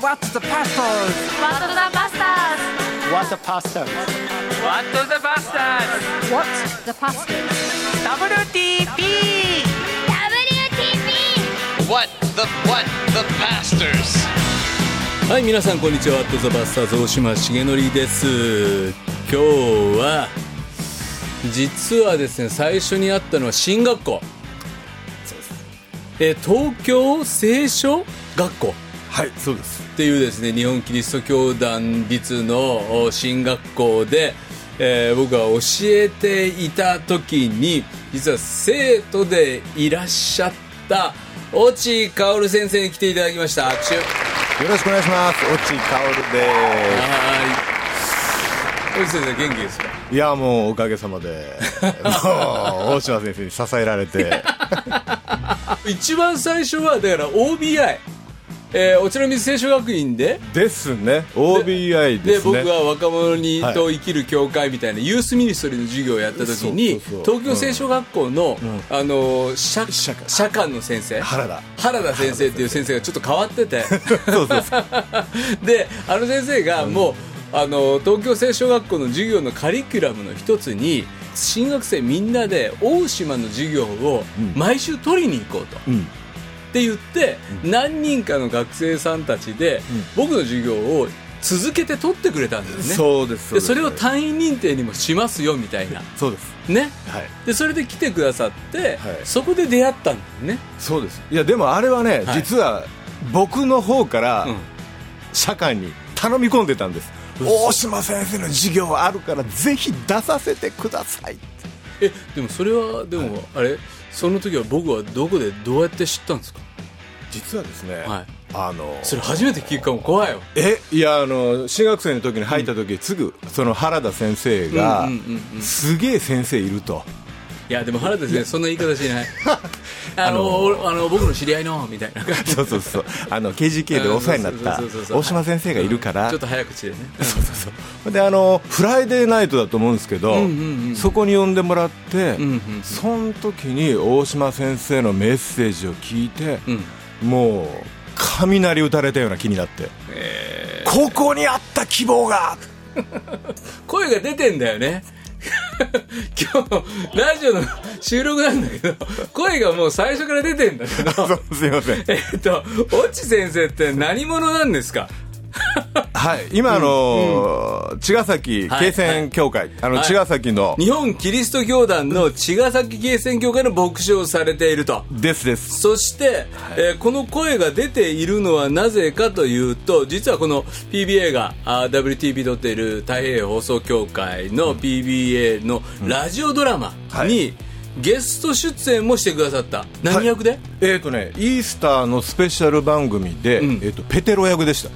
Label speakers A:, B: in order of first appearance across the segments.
A: What's the pastors?
B: ワットザバスタ
C: What the pastors?
A: What the pastors?
B: ーズ What the pastors
A: WTP!
B: WTP
D: What the what the pastors?
E: はい皆さんこんにちは「アット・ザ・バスターズ」大島重則です今日は実はですね最初に会ったのは進学校えー東京聖書学校
F: はいそうです
E: っていうですね日本キリスト教団立のお進学校で、えー僕が教えていた時に実は生徒でいらっしゃった越智薫先生に来ていただきました拍手
F: よろしくお願いします落ちかおるで
E: はい。先生元気ですか。
F: すいやもうおかげさまでも う大島先生に支えられて
E: 一番最初はだから OBI、えー、お茶の水聖書学院で。
F: ですね OBI
E: で
F: です
E: 僕
F: ね
E: は若者に、
F: はい
E: と生きる教会みたいなユースミニストリーの授業をやった時に
F: そうそうそう
E: 東京聖書学校の、あの社社官の先生
F: 原田
E: 原田先生っていう先生がちょっと変わっ てて
F: そうそうそう
E: であの先生がもう、あの東京聖書学校の授業のカリキュラムの一つに新学生みんなで大島の授業を毎週取りに行こうと。
F: ん
E: って言って、何人かの学生さんたちで、僕の授業を続けて取ってくれたんですね
F: そうです
E: でそれを
F: た
E: 単位認定にもしますよみ たいな
F: そうです
E: ね
F: はい
E: でそれで来てくださって、
F: はい
E: そこで出会ったんだよね
F: そうですいやでもあれはね、
E: はい
F: 実は僕の方から
E: うん
F: 社会に頼み込んでたんです、大島先生の授業あるからぜひ出させてくださいって
E: えでもそれはでも、あれその時は僕はどこでどうやって知ったんですか
F: 実はですね、
E: はい
F: あの
E: それ初めて聞くかも怖いよ
F: えいやあの新学生の時に入った時、すぐその原田先生が、
E: うんうんうんうん
F: すげえ先生いると
E: いやでも原田先生そんな言い方しない あの俺あの僕の知り合いのみたいな感じ
F: そうそうそうあの KGK でお世話になった
E: そうそうそうそう
F: 大島先生がいるから、
E: ちょっと早口でね
F: そうそうそうであのフライデーナイトだと思うんですけど、
E: うんうんうん
F: そこに呼んでもらって、
E: うんうんうん
F: その時に大島先生のメッセージを聞いて、
E: うん
F: もう雷打たれたような気になって、ここにあった希望が
E: 声が出てんだよね 今日ラジオの収録なんだけど声がもう最初から出てんだけど
F: すいません
E: えっと越智先生って何者なんですか
F: はい、今、あのー茅ヶ崎慶戦協会、あの、
E: はい
F: 茅ヶ崎の、
E: 日本キリスト教団の茅ヶ崎慶選教会の牧師をされていると
F: ですです。
E: そして、えーこの声が出ているのはなぜかというと実はこの PBA があー WTB 撮っている太平洋放送協会の PBA のラジオドラマにゲスト出演もしてくださった何役で、
F: えっ、とね、イースターのスペシャル番組で、
E: うん
F: えっ、と、ペテロ役でした。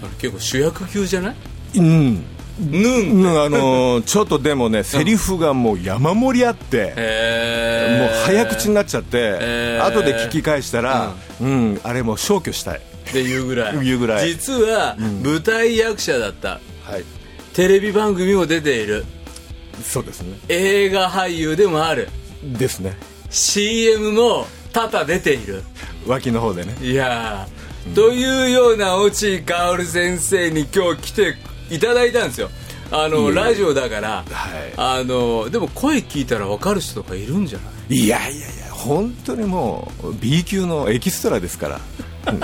E: あれ結構主役級じゃない
F: うん。
E: ヌン
F: うんあ のーちょっとでもね、セリフがもう山盛りあって、
E: えー
F: もう早口になっちゃって、
E: えー
F: 後で聞き返したら、うん、あれもう消去したい。
E: っていうぐらい
F: いうぐらい
E: 実は舞台役者だった、
F: はい。
E: テレビ番組も出ている
F: そうですね。
E: 映画俳優でもある
F: ですね。
E: CM も多々出ている
F: 脇の方でね。
E: いやー、というような落合薫先生に今日来ていただいたんですよあの、ラジオだから、
F: はい
E: あのでも声聞いたら分かる人とかいるんじゃない
F: いやいやいや、本当にもう、B 級のエキストラですから。
E: な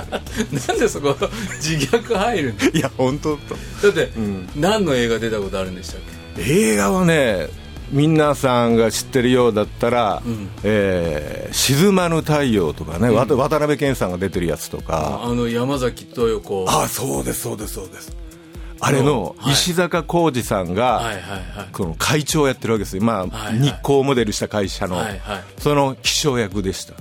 E: んでそこ自虐入るの
F: いや、本当と。
E: だって、何の映画出たことあるんでしたっ
F: 映画はね皆さんが知ってるようだったら「
E: ん
F: えー沈まぬ太陽」とかね、わた渡辺謙さんが出てるやつと
E: け
F: か
E: あの山崎豊子は
F: あそうですそうですそうですあれの
E: はい
F: 石坂浩二さんが、
E: いはいはい
F: この会長をやってるわけですよ、まあ
E: はいはい
F: 日光モデルした会社の、
E: はいはい
F: その秘書役でした、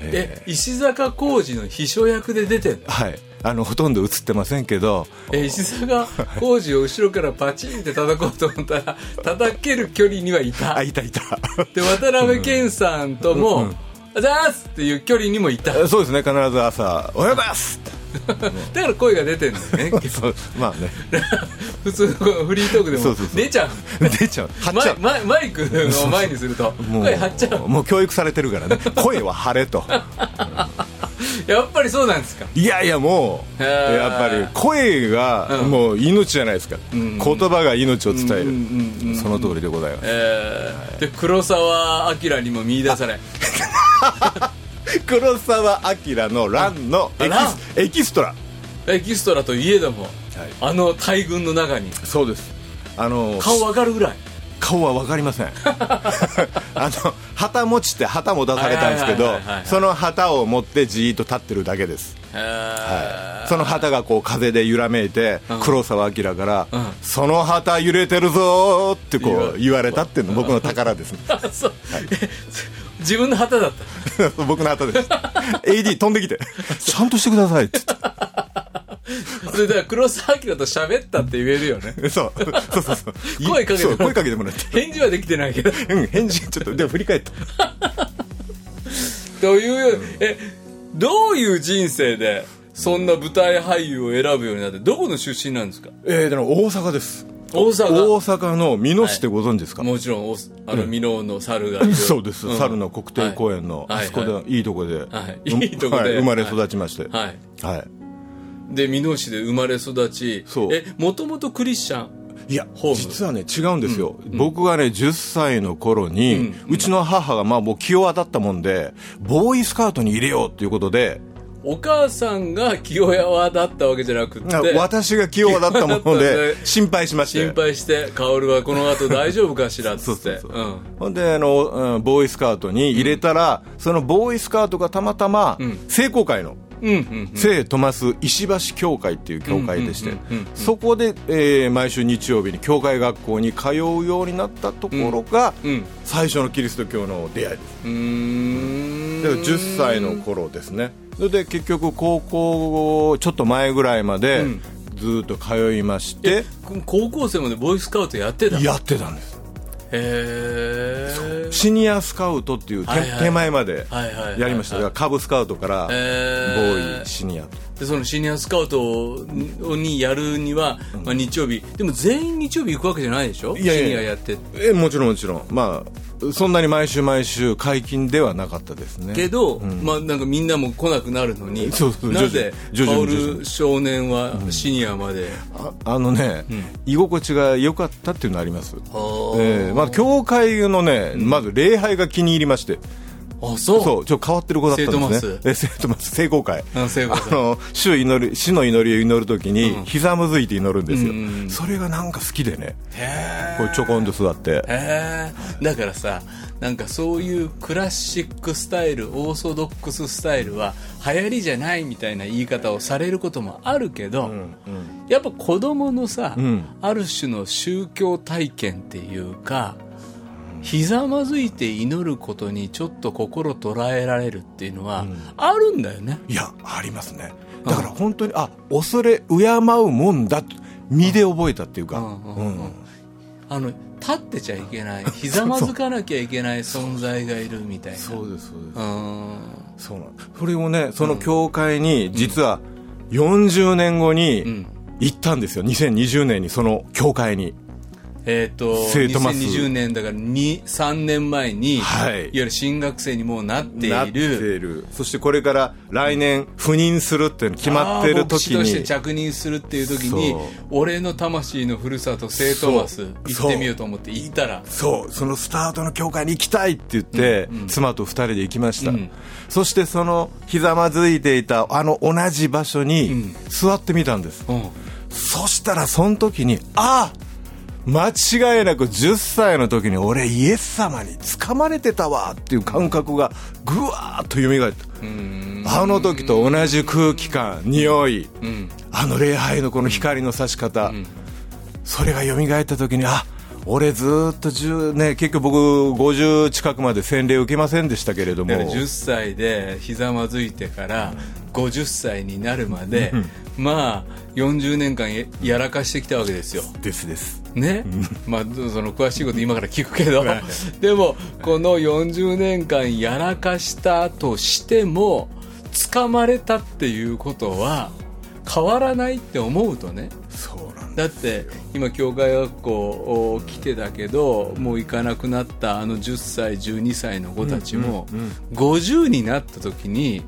E: え石坂浩二の秘書役で出てんの
F: はい、あのほとんど映ってませんけど
E: え石坂浩二を後ろからパチンって叩こうと思ったら叩ける距離にはいた
F: あいたいた
E: で渡辺謙さんとも「ざーす!」っていう距離にもいただ
F: そうですね必ず朝「おはようございます!
E: から声が出てるんだよ ね」
F: そうまあね
E: 普通のこのフリートークで
F: そ
E: も
F: うそうそう
E: 出ちゃう
F: 出ちゃう張っ
E: マ
F: ちゃ
E: イ
F: う
E: マイマイクの前にすると
F: も
E: 声張っちゃう
F: もう教育されてるからね声は張れと
E: やっぱりそうなんですか
F: いやいやもう
E: へー
F: やっぱり声がもう命じゃないですか、言葉が命を伝える、その通りでございます、
E: えーで黒澤明にも見出され
F: 黒澤明の「ランのエキ
E: あ
F: スエキストラ
E: エキストラといえども、あの大群の中に
F: そうですあの
E: 顔わかるぐらい
F: 顔は分かりま せんあの旗持ちって旗も出されたんですけ
E: はい
F: ど
E: はいはいはいはい
F: その旗を持ってじーっと立ってるだけです
E: えー
F: その旗がこう風で揺らめいて黒澤明から「その旗揺れてるぞ」ってこう言われたっていうの僕の宝ですね
E: あそうえ自分の旗だった
F: 僕の旗です AD 飛んできて「ちゃんとしてください」って言っ
E: それだから黒澤明と喋ったって言えるよね
F: て そうそうそうそうい
E: 声かけて
F: そう声かけてもらって
E: 返事はできてないけど
F: うん 返事ちょっとでも振り返った
E: というえどういう人生でそんな舞台俳優を選ぶようになってどこの出身なんですか
F: えー、でも大阪です
E: 大
F: 大
E: 阪
F: 阪の美濃市ってご存知ですか、
E: もちろんおあの箕面の猿が、
F: そうです、
E: ん
F: 猿の国定公園の、
E: は
F: あ
E: い
F: そこで、、
E: はい
F: いとこで、
E: はい
F: うん
E: いいとこで
F: はい生まれ育ちまして、はい
E: はいで箕面市で生まれ育ち
F: そう
E: えもともとクリスチャン
F: い、や
E: ホーム
F: 実はね違うんですよ、僕がね10歳の頃に、うちの母がまあもう気を当たったもんでボーイスカートに入れようということで
E: お母さんが清和だったわけじゃなくって
F: あ私が気を当たったもの
E: 気を 当た
F: で
E: って
F: 心配しまして
E: 心配して薫はこの後大丈夫かしらっつって
F: そう そうそう
E: うん
F: ほんであの、うんボーイスカートに入れたら、そのボーイスカートがたまたま、聖公会の
E: うんうん
F: 聖トマス石橋教会っていう教会でしてそこで、えー毎週日曜日に教会学校に通うようになったところが、
E: うんうん
F: 最初のキリスト教の出会いです
E: うーん
F: だから10歳の頃ですねそれで結局高校ちょっと前ぐらいまで、
E: ん
F: ずーっと通いまして
E: 高校生までボーイスカウトやってたへ
F: やってたんです
E: え
F: シニアスカウトっていう手,、
E: はいはい
F: 手前まで
E: はいはいはいはい
F: やりましただからカブスカウトから、ボ
E: え
F: ーイシニアと
E: でそのシニアスカウトをにやるには、まあ、日曜日でも全員日曜日行くわけじゃないでしょ
F: いやいや
E: シニアやって
F: えもちろんもちろんまあそんなに毎週毎週解禁ではなかったですね
E: けど、まあ、なんかみんなも来なくなるのに
F: そうそう
E: なぜ
F: 徐々に徐々に
E: 薫少年はシニアまで、
F: ああのね、居心地が良かったっていうのあります、
E: あー
F: えーまあ、教会のね、まず礼拝が気に入りまして、
E: あそう
F: そうちょっと変わってる子だったんですね
E: 聖トマス
F: え聖トマス聖公会
E: あ聖公会
F: あの主祈り主の祈りを祈るときに、ひざむずいて祈るんですよ、それがなんか好きでねこうちょこんと座って
E: へえだからさなんかそういうクラシックスタイルオーソドックススタイルは流行りじゃないみたいな言い方をされることもあるけど、やっぱ子供のさ、ある種の宗教体験っていうかひざまずいて祈ることにちょっと心捉えられるっていうのはあるんだよね、
F: いやありますねだから本当にあ恐れ敬うもんだ身で覚えたっていうか、うん
E: あの立ってちゃいけないひざまずかなきゃいけない存在がいるみたいな
F: そうですそうです
E: うん
F: そうなんそれをねその教会に実は40年後に行ったんですよ2020年にその教会に
E: えっ、と、
F: 生徒マス
E: 2020年だから2、3年前に、
F: はい
E: いわゆる新学生にもうなってい
F: なって
E: る。
F: いるそしてこれから来年赴任するっていうの決まってる時
E: あー牧師とし
F: に
E: て着任するっていう時に
F: そう
E: 俺の魂のふるさと聖トマス
F: そう
E: 行ってみようと思って行ったら
F: そうそのスタートの教会に行きたいって言って、妻と2人で行きました、そしてそのひざまずいていたあの同じ場所に座ってみたんです、
E: うん
F: そしたらその時にああ間違いなく10歳の時に俺イエス様に掴まれてたわっていう感覚がぐわーっと蘇ったあの時と同じ空気感匂い、あの礼拝のこの光の差し方、それが蘇った時にあ俺ずーっと10ね結局僕50近くまで洗礼受けませんでしたけれども
E: だから10歳でひざまずいてから50歳になるまでまあ40年間ややらかしてきたわけですよ
F: ですです
E: ね、まあ その詳しいこと今から聞くけど でもこの40年間やらかしたとしても掴まれたっていうことは変わらないって思うとね
F: そうなんだ
E: だって今教会学校を来てだけどもう行かなくなったあの10歳12歳の子たちも50になった時に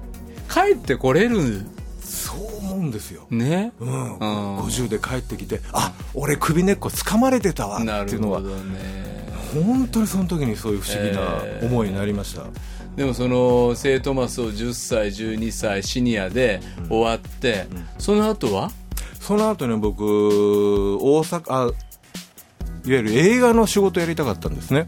E: 帰ってこれる
F: そう思うんですよ、
E: ね、
F: うん、
E: ん
F: 50で帰ってきてあ俺首根っこ掴まれてたわ
E: な
F: ってい
E: る
F: うの
E: ほ
F: は
E: どね
F: 本当にその時にそういう不思議
E: え
F: な思いになりました、
E: でもその聖トマスを10歳12歳シニアで終わって、その後は
F: その後ね僕大阪あいわゆる映画の仕事やりたかったんですね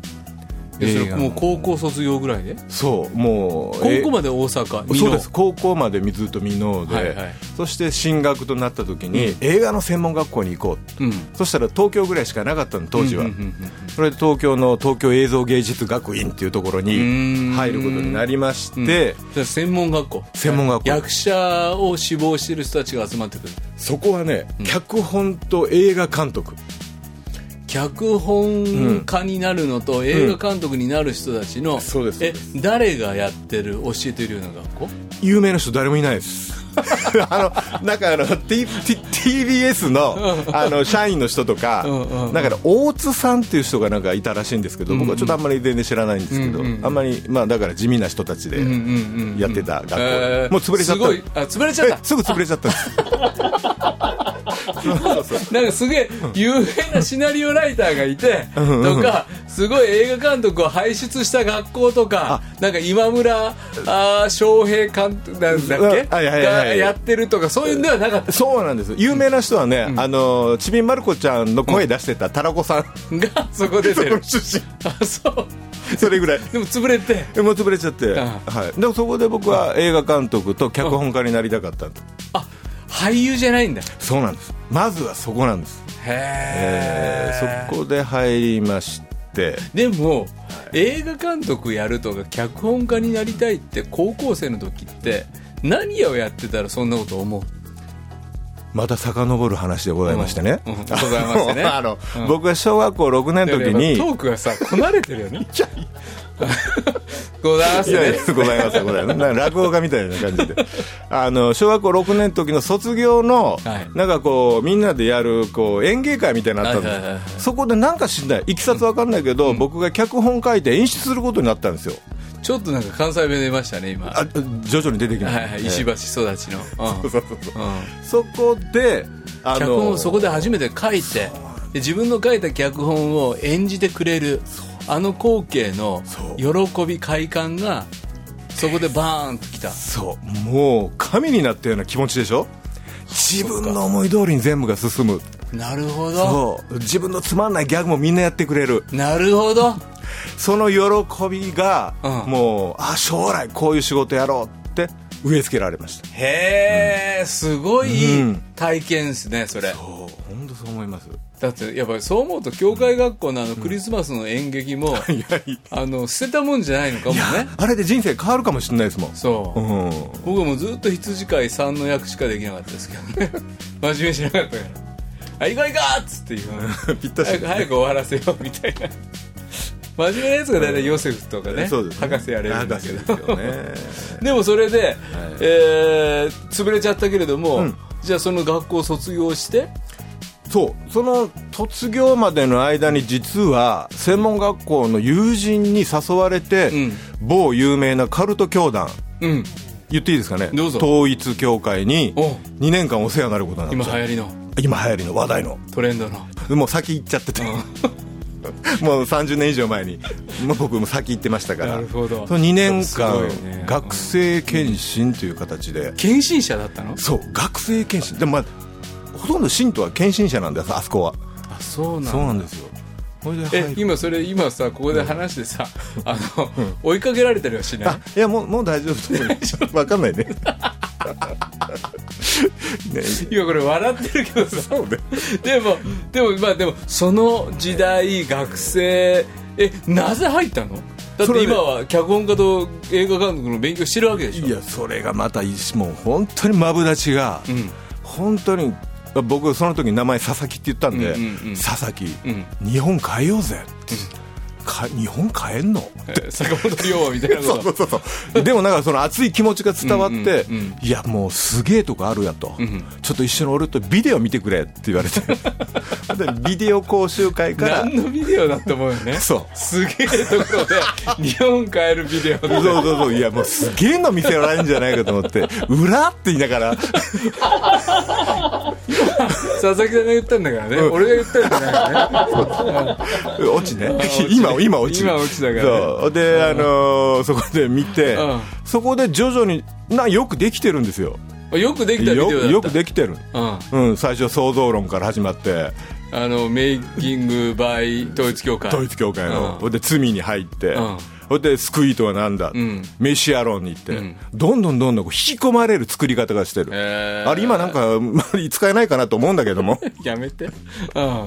E: えそ
F: 映
E: れ
F: 画
E: も
F: の
E: う高校卒業ぐらいで
F: そうもう
E: 高校
F: で
E: まで大阪美濃
F: そうです高校までずっと未納で、
E: はいはい
F: そして進学となった時に、映画の専門学校に行こう、
E: うん
F: そしたら東京ぐらいしかなかったの当時は、
E: うんうんうんうん
F: それで東京の東京映像芸術学院っていうところ
E: ー
F: に
E: ん
F: 入ることになりまして、
E: で専門学校
F: 専門学校
E: 役者を志望してる人たちが集まってくる
F: そこはね、脚本と映画監督
E: 脚本家になるのと映画監督になる人たちの、
F: そうです
E: え
F: そう
E: 誰がやってる教えてるような学校
F: 有名な人誰もいないです あのなんかあの、T T TBS のあの社員の人とか
E: んうんうん
F: なんかね大津さんっていう人がなんかいたらしいんですけど、僕はちょっとあんまり全然知らないんですけど、
E: うんうん
F: あんまり、まあ、だから地味な人たちでやってた学校、
E: えー
F: もう潰れちゃった
E: すごいあ潰れちゃっ
F: えすぐ潰れちゃったんですそうそう
E: たなんかすげえ有名なシナリオライターがいてとかすごい映画監督を輩出した学校とかなんか今村あー翔平監督なんだっけ
F: うんあいやいやいやいや
E: がやってるとかそういうんではなかった
F: そうなんです有名な人はね、あのちびまる子ちゃんの声出してたたらこ さん、
E: がそこ出て
F: そ の
E: る
F: 出
E: あそう
F: 身それぐらい
E: でも潰れて
F: もう潰れちゃって、
E: ん
F: はい、でもそこで僕は映画監督と脚本家になりたかったんです
E: あ俳優じゃないんだ
F: そうなんですまずはそこなんです、えー
E: へ
F: そこで入りまして
E: でも、映画監督やるとか脚本家になりたいって高校生の時って何をやってたらそんなこと思う
F: また遡る話でございましてね、
E: うんうんございましてね
F: あの、
E: うん
F: 僕が小学校6年
E: だ
F: の
E: か
F: 時
E: らやっ
F: に
E: ぱトークがさこなれてるよねございます
F: いやい
E: ね
F: やございますご ざいますなんか落語家みたいな感じであの小学校6年の時の卒業の、
E: はい
F: なんかこうみんなでやるこう演芸会みたいなのあったんです、
E: はいはいはいはい
F: そこでなんか知んないいきさつわかんないけど、僕が脚本書いて演出することになったんですよ
E: ちょっとなんか関西弁出ましたね今は
F: あ徐々に出てき
E: い
F: ました、
E: はい石橋育ちの、うん
F: そうそうそう
E: うん
F: そこであ
E: 脚本をそこで初めて書いてで自分の書いた脚本を演じてくれるあの光景の喜び快感がそこでバーンときた
F: そうもう神になったような気持ちでしょ自分の思い通りに全部が進む
E: なるほど
F: そう自分のつまんないギャグもみんなやってくれる
E: なるほど
F: その喜びが、
E: うん
F: もうあ将来こういう仕事やろうって植え付けられました
E: へえすご
F: う
E: い
F: ん
E: 体験ですねそれ
F: 本当そう思います
E: だってやっぱりそう思うと教会学校のあのクリスマスの演劇も
F: いやい
E: あの捨てたもんじゃないのかも
F: や、
E: ね
F: あれで人生変わるかもしれないですもん
E: そう
F: うん
E: 僕はもうずっと羊飼い3の役しかできなかったですけどね 真面目にしなかったから「あ行こう行こう!」っつっ て言 う
F: ぴったし
E: 早く早く終わらせようみたいな真面目なやつが大体ヨセフとかね
F: そうですね
E: 博士やれるんだけど
F: 博士ですよね
E: でもそれで、えー潰れちゃったけれども、
F: ん
E: じゃあその学校を卒業して
F: そうその卒業までの間に実は専門学校の友人に誘われて、
E: ん
F: 某有名なカルト教団
E: うん
F: 言っていいですかね
E: どうぞ
F: 統一教会に
E: お
F: 2年間お世話になることにな
E: 今
F: っ
E: 流
F: ちゃう
E: 行りの
F: 今流行りの話題の
E: トレンドの
F: もう先行っちゃってて、もう30年以上前に、もう僕も先行ってましたから、
E: なるほど
F: その2年
E: すごいよ
F: 間、
E: ね
F: 学生検診という形で、
E: 献身者だったの
F: そう、学生検診、でも、まあ、ほとんど信徒は検診者なんです、あそこは。
E: あそうな
F: そう
E: の
F: なんですよ。ほいで
E: え
F: 入る
E: 今それ今さここで話してさ、あの、追いかけられたりはしない
F: あいやもうもう大丈夫 わかんないねね
E: 今これ笑ってるけどさでもでもまあでもその時代学生えなぜ入ったのだっ
F: それ
E: て
F: で
E: 今は脚本家と映画監督の勉強してるわけでしょ
F: いやそれがまたいいしもう本当にマブダチが、本当に僕その時名前佐々木って言ったんで、
E: うんうんうん
F: 佐々木、
E: ん
F: 日本変えようぜって、か日本変え んの
E: 坂本龍馬みたいなこと
F: そうそうそうそうでもなんかその熱い気持ちが伝わって、
E: うんうん
F: いやもうすげえとこあるやと、
E: ん
F: ちょっと一緒に俺とビデオ見てくれって言われ てでビデオ講習会から
E: 何のビデオだって思うよ ね
F: そう
E: すげえところで日本変えるビデ
F: そ
E: オ
F: う
E: で
F: そうそういやもうすげえの見せられるんじゃないかと思って裏って言いながら
E: 佐々木さんが言ったんだからね、
F: うん
E: 俺が言ったんだからね
F: 落ちね今今落ち
E: 今落ちだからね
F: そうで、あのーそこで見て、
E: うん
F: そこで徐々になよくできてるんですよ
E: よくできた
F: よ
E: ビデオだった
F: よくできてる、
E: うん、
F: うん、最初は想像論から始まって
E: あのメイキングバイ統一教会
F: 統一教会の、
E: うん
F: ほんで罪に入って、
E: うん
F: ほんで救いとは何だ、
E: ん
F: メシア論に行って、
E: ん
F: どんどんどんどんこう引き込まれる作り方がしてる、
E: えー
F: あれ今なんかあ んまり使えないかなと思うんだけど も
E: やめてうん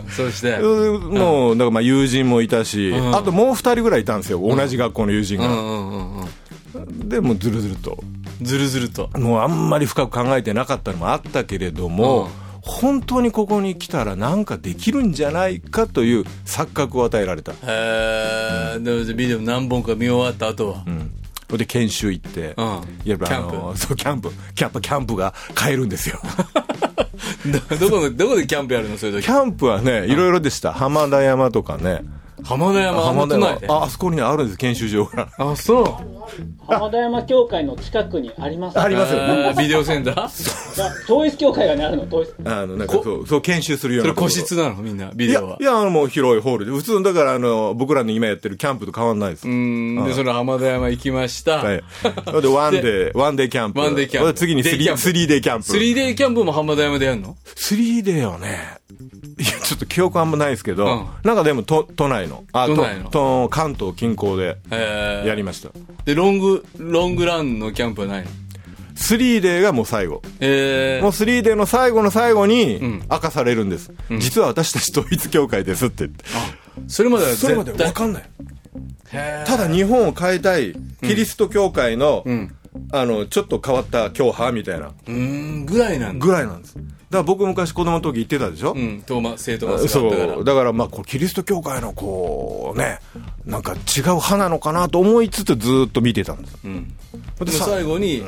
E: そしてうん
F: うんもうなんかまあ友人もいたし、
E: ん
F: あともう2人ぐらいいたんですよ同じ学校の友人
E: う
F: が、
E: んうんうん
F: でもうずるずると
E: ずるずると
F: もうあんまり深く考えてなかったのもあったけれども、
E: うん
F: 本当にここに来たらなんかできるんじゃないかという錯覚を与えられた
E: へえでビデオ何本か見終わった後は、
F: それで研修行って、
E: うん
F: やっぱ
E: キ
F: あ
E: ャンプ
F: のそうキャンプキャンプキャンプが買えるんですよ
E: どどこのどこでキャンプやるのそういう
F: キ
E: 時
F: ャンプはねいろいろでした浜田山とかね
E: 浜田山浜
F: 田
E: 田
F: 山
E: 山
F: ああそこにねあるんです研修場が
E: あそう
G: 浜田山教会の近くにあります、
F: ありますよね
E: あービデオセンターそ
G: 統一教会がねあるの統一
F: あのなんかそうそう研修するようなと
E: れ
F: ころ
E: 個室なのみんなビ
F: い
E: デ
F: や
E: オはい
F: やあのもう広いホールで普通のだからあの僕らの今やってるキャンプと変わんないです
E: うーんでその浜田山行きました、
F: はい、それで ワンデーワンデーキャンプ
E: ワンデーキャンプ
F: それで次にス
E: デイキャ
F: リ
E: ンプ
F: スリーデーキャンプ
E: スリーデイキャンプも浜田山でやるの
F: スリーデーはねいやちょっと記憶あんまないですけど、
E: うん
F: なんかでも都都内のあと
E: 都内の
F: と関東近郊で
E: えー
F: やりました、
E: でロングロングランのキャンプはないの
F: スリーデーがもう最後。
E: えー
F: もうスリーデーの最後の最後に
E: ん
F: 明かされるんです。実は私たち統一教会ですって言って。
E: それまでは絶対
F: んない。ただ日本を変えたい、キリスト教会の、
E: ん
F: あの、ちょっと変わった教派みたいな
E: うーんぐらいなんだ
F: ぐらいなんです。だから僕昔子供の時言ってたでしょ、
E: うんトーマ生徒がそ
F: そう
E: だから
F: う。だからまあ、こうキリスト教会のこう、ね、なんか違う派なのかなと思いつつずーっと見てたんです。
E: でも最後に、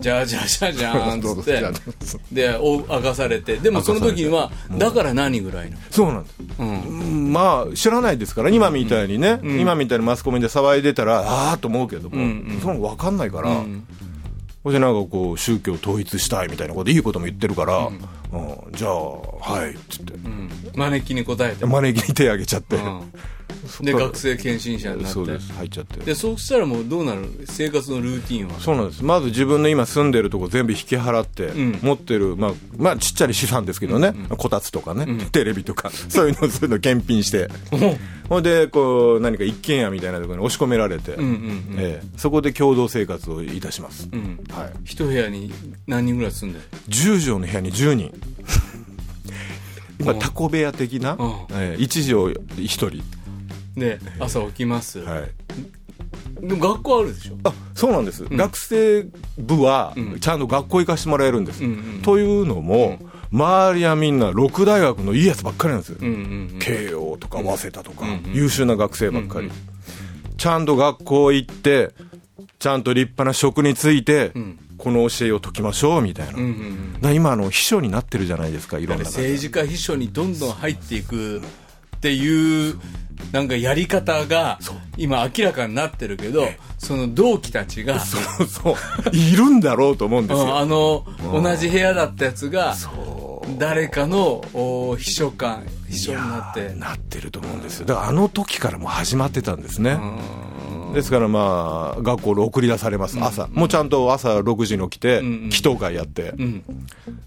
E: じゃあじゃあじゃあじゃーんっつ
F: そうそう
E: ってでお明かされてでもその時にはだから何ぐらいの
F: そうなんです。うんまあ知らないですから今みたいにね、今みたいにマスコミで騒いでたらああと思うけども、その分かんないから、そしてなんかこう宗教統一したいみたいなこといいことも言ってるから、うんじゃあはいっつって、
E: 招きに答えて、
F: 招きに手挙げちゃって、
E: うんで
F: そう
E: 学生献身者になって
F: そうです入っちゃって
E: でそうしたらもうどうなる生活のルーティンは
F: そうなんですまず自分の今住んでるとこ全部引き払って、
E: ん
F: 持ってる、まあ、まあちっちゃい資産ですけどね、こたつとかね、テレビとか そういうのそういうの検品してほんでこう何か一軒家みたいなところに押し込められて、
E: うんうん
F: ええそこで共同生活をいたします、
E: ん
F: はい、
E: 一部屋に何人ぐらい住んでる
F: 10畳の部屋に10人 今
E: うん
F: タコ部屋的な、
E: うん
F: ええ1畳1人、
E: で朝起きます、
F: はい、
E: でも学校あるでしょ
F: あそうなんです、学生部はちゃんと学校行かしてもらえるんです、
E: ん
F: というのも、周りはみんな6大学のいいやつばっかりなんですよ、
E: うんうん
F: 慶応とか早稲田とか、優秀な学生ばっかり、ちゃんと学校行ってちゃんと立派な職について、この教えを解きましょうみたいな、
E: うんうんうん
F: だから今あの秘書になってるじゃないですかいろんな方
E: 政治家秘書にどんどん入っていくっていうなんかやり方が今明らかになってるけどその同期たちが
F: そうそういるんだろうと思うんです
E: うん
F: よ
E: あの同じ部屋だったやつが誰かのお秘書官秘書になって
F: なってると思うんですよだからあの時からもう始まってたんですねですからまあ学校に送り出されます、朝もうちゃんと朝6時に起きて
E: んうん
F: 祈祷会やって、
E: ん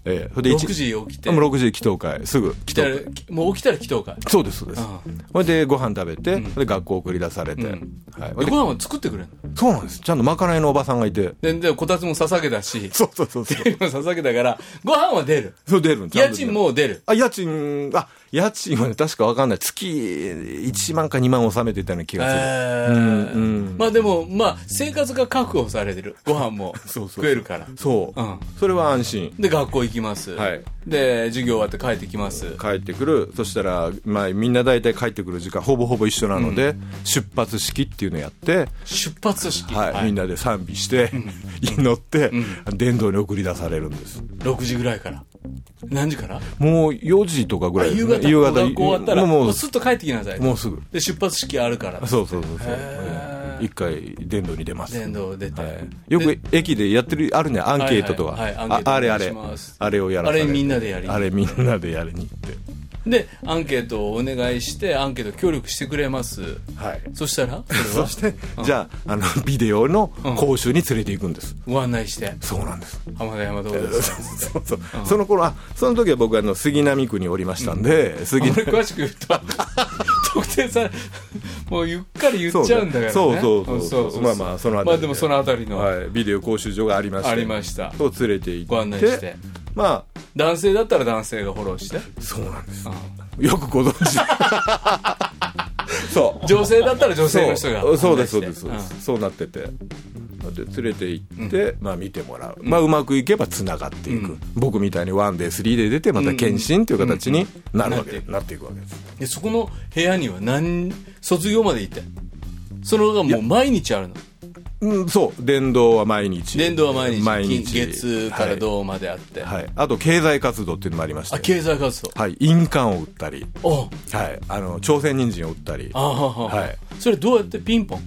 F: ええそれで一
E: 6時起きて
F: もう6時祈祷会すぐ
E: 来
F: 祈
E: た
F: 祷
E: ら
F: 会
E: もう起きたら祈祷会
F: そうですそうです
E: あ
F: それでご飯食べて、それで学校送り出されて、
E: うん
F: はい、
E: で
F: で
E: ご飯は作ってくれる
F: そうなんですちゃんとまかないのおばさんがいて
E: ででこたつも捧げだし
F: そうそうそうそう
E: 手も捧げだからご飯は出る
F: それ出るんです
E: 家賃も出る
F: あ家賃あ家賃はね、確かわかんない。月1万か2万納めてたような気がする。
E: えーまあでも、まあ、生活が確保されてる。ご飯も
F: そうそう
E: 食えるから。
F: そう、
E: うん
F: それは安心。
E: で、学校行きます。
F: はい
E: で、授業終わって帰ってきます。
F: 帰ってくる。そしたら、まあ、みんな大体帰ってくる時間、ほぼほぼ一緒なので、出発式っていうのやって、
E: 出発式。
F: はい、みんなで賛美して、祈って、殿堂に送り出されるんです。
E: 6時ぐらいから。何時から
F: もう4時とかぐ
E: あ
F: らいで
E: 夕
F: す
E: 方。
F: ね。
E: 学校終わった
F: も
E: ら、
F: う
E: も
F: も
E: うすっと帰ってきなさい。
F: う、もうすぐ。
E: で、出発式あるから。
F: そうそうそうそう。うん一回、殿堂に出ます。
E: 電動出て。
F: よく駅でやってる、あるね、アンケートとか。
E: はいはいはいアンケー
F: あ
E: ト
F: あれあ
E: お
F: れ
E: 願いします。
F: あれをやらさて
E: あれみんなでやりに
F: あれみんなでやりに行って。
E: で、アンケートをお願いして、アンケート協力してくれます。
F: はい。
E: そしたら、それ
F: そ
E: は
F: して、じゃあ、あの、ビデオの講習に連れて行くんです。
E: ご案内して、
F: そうなんです。
E: 浜田山どうですか
F: そうそう。その頃、あ、その時は僕、あの、杉並区におりましたんで、
E: あん
F: 杉
E: まり
F: 並
E: 詳しく言うと特定されもうゆっかり言っちゃうんだからね
F: そうそうそうそう
E: そう
F: まあまあその辺り
E: まあでもその辺りの、
F: はい、ビデオ講習所がありました
E: ありました
F: と連れて行って
E: ご案内して
F: ま
E: 男性だったら男性がフォローして
F: あそうなんですよくご存 知そう
E: 女性だったら女性の人が
F: そうそうですそう
E: 案
F: で
E: 内
F: す
E: し
F: そ
E: て
F: うです、そうなっててで連れて行って、まあ見てもらう、まあうまくいけばつながっていく、僕みたいにワンデースリーで出てまた検診という形になるわけ、なっていくわけです
E: うんでそこの部屋には何卒業まで行ってそのがもう毎日あるの
F: うん、そう電動は毎日
E: 年度は毎日
F: 毎日
E: 金月から
F: は
E: 銅まであって、
F: い、はい、あと経済活動っていうのもありまして
E: あ経済活動
F: はい、印鑑を売ったり、
E: お
F: はい、あの朝鮮人参を売ったり、
E: あはは、
F: はい
E: それどうやってピンポン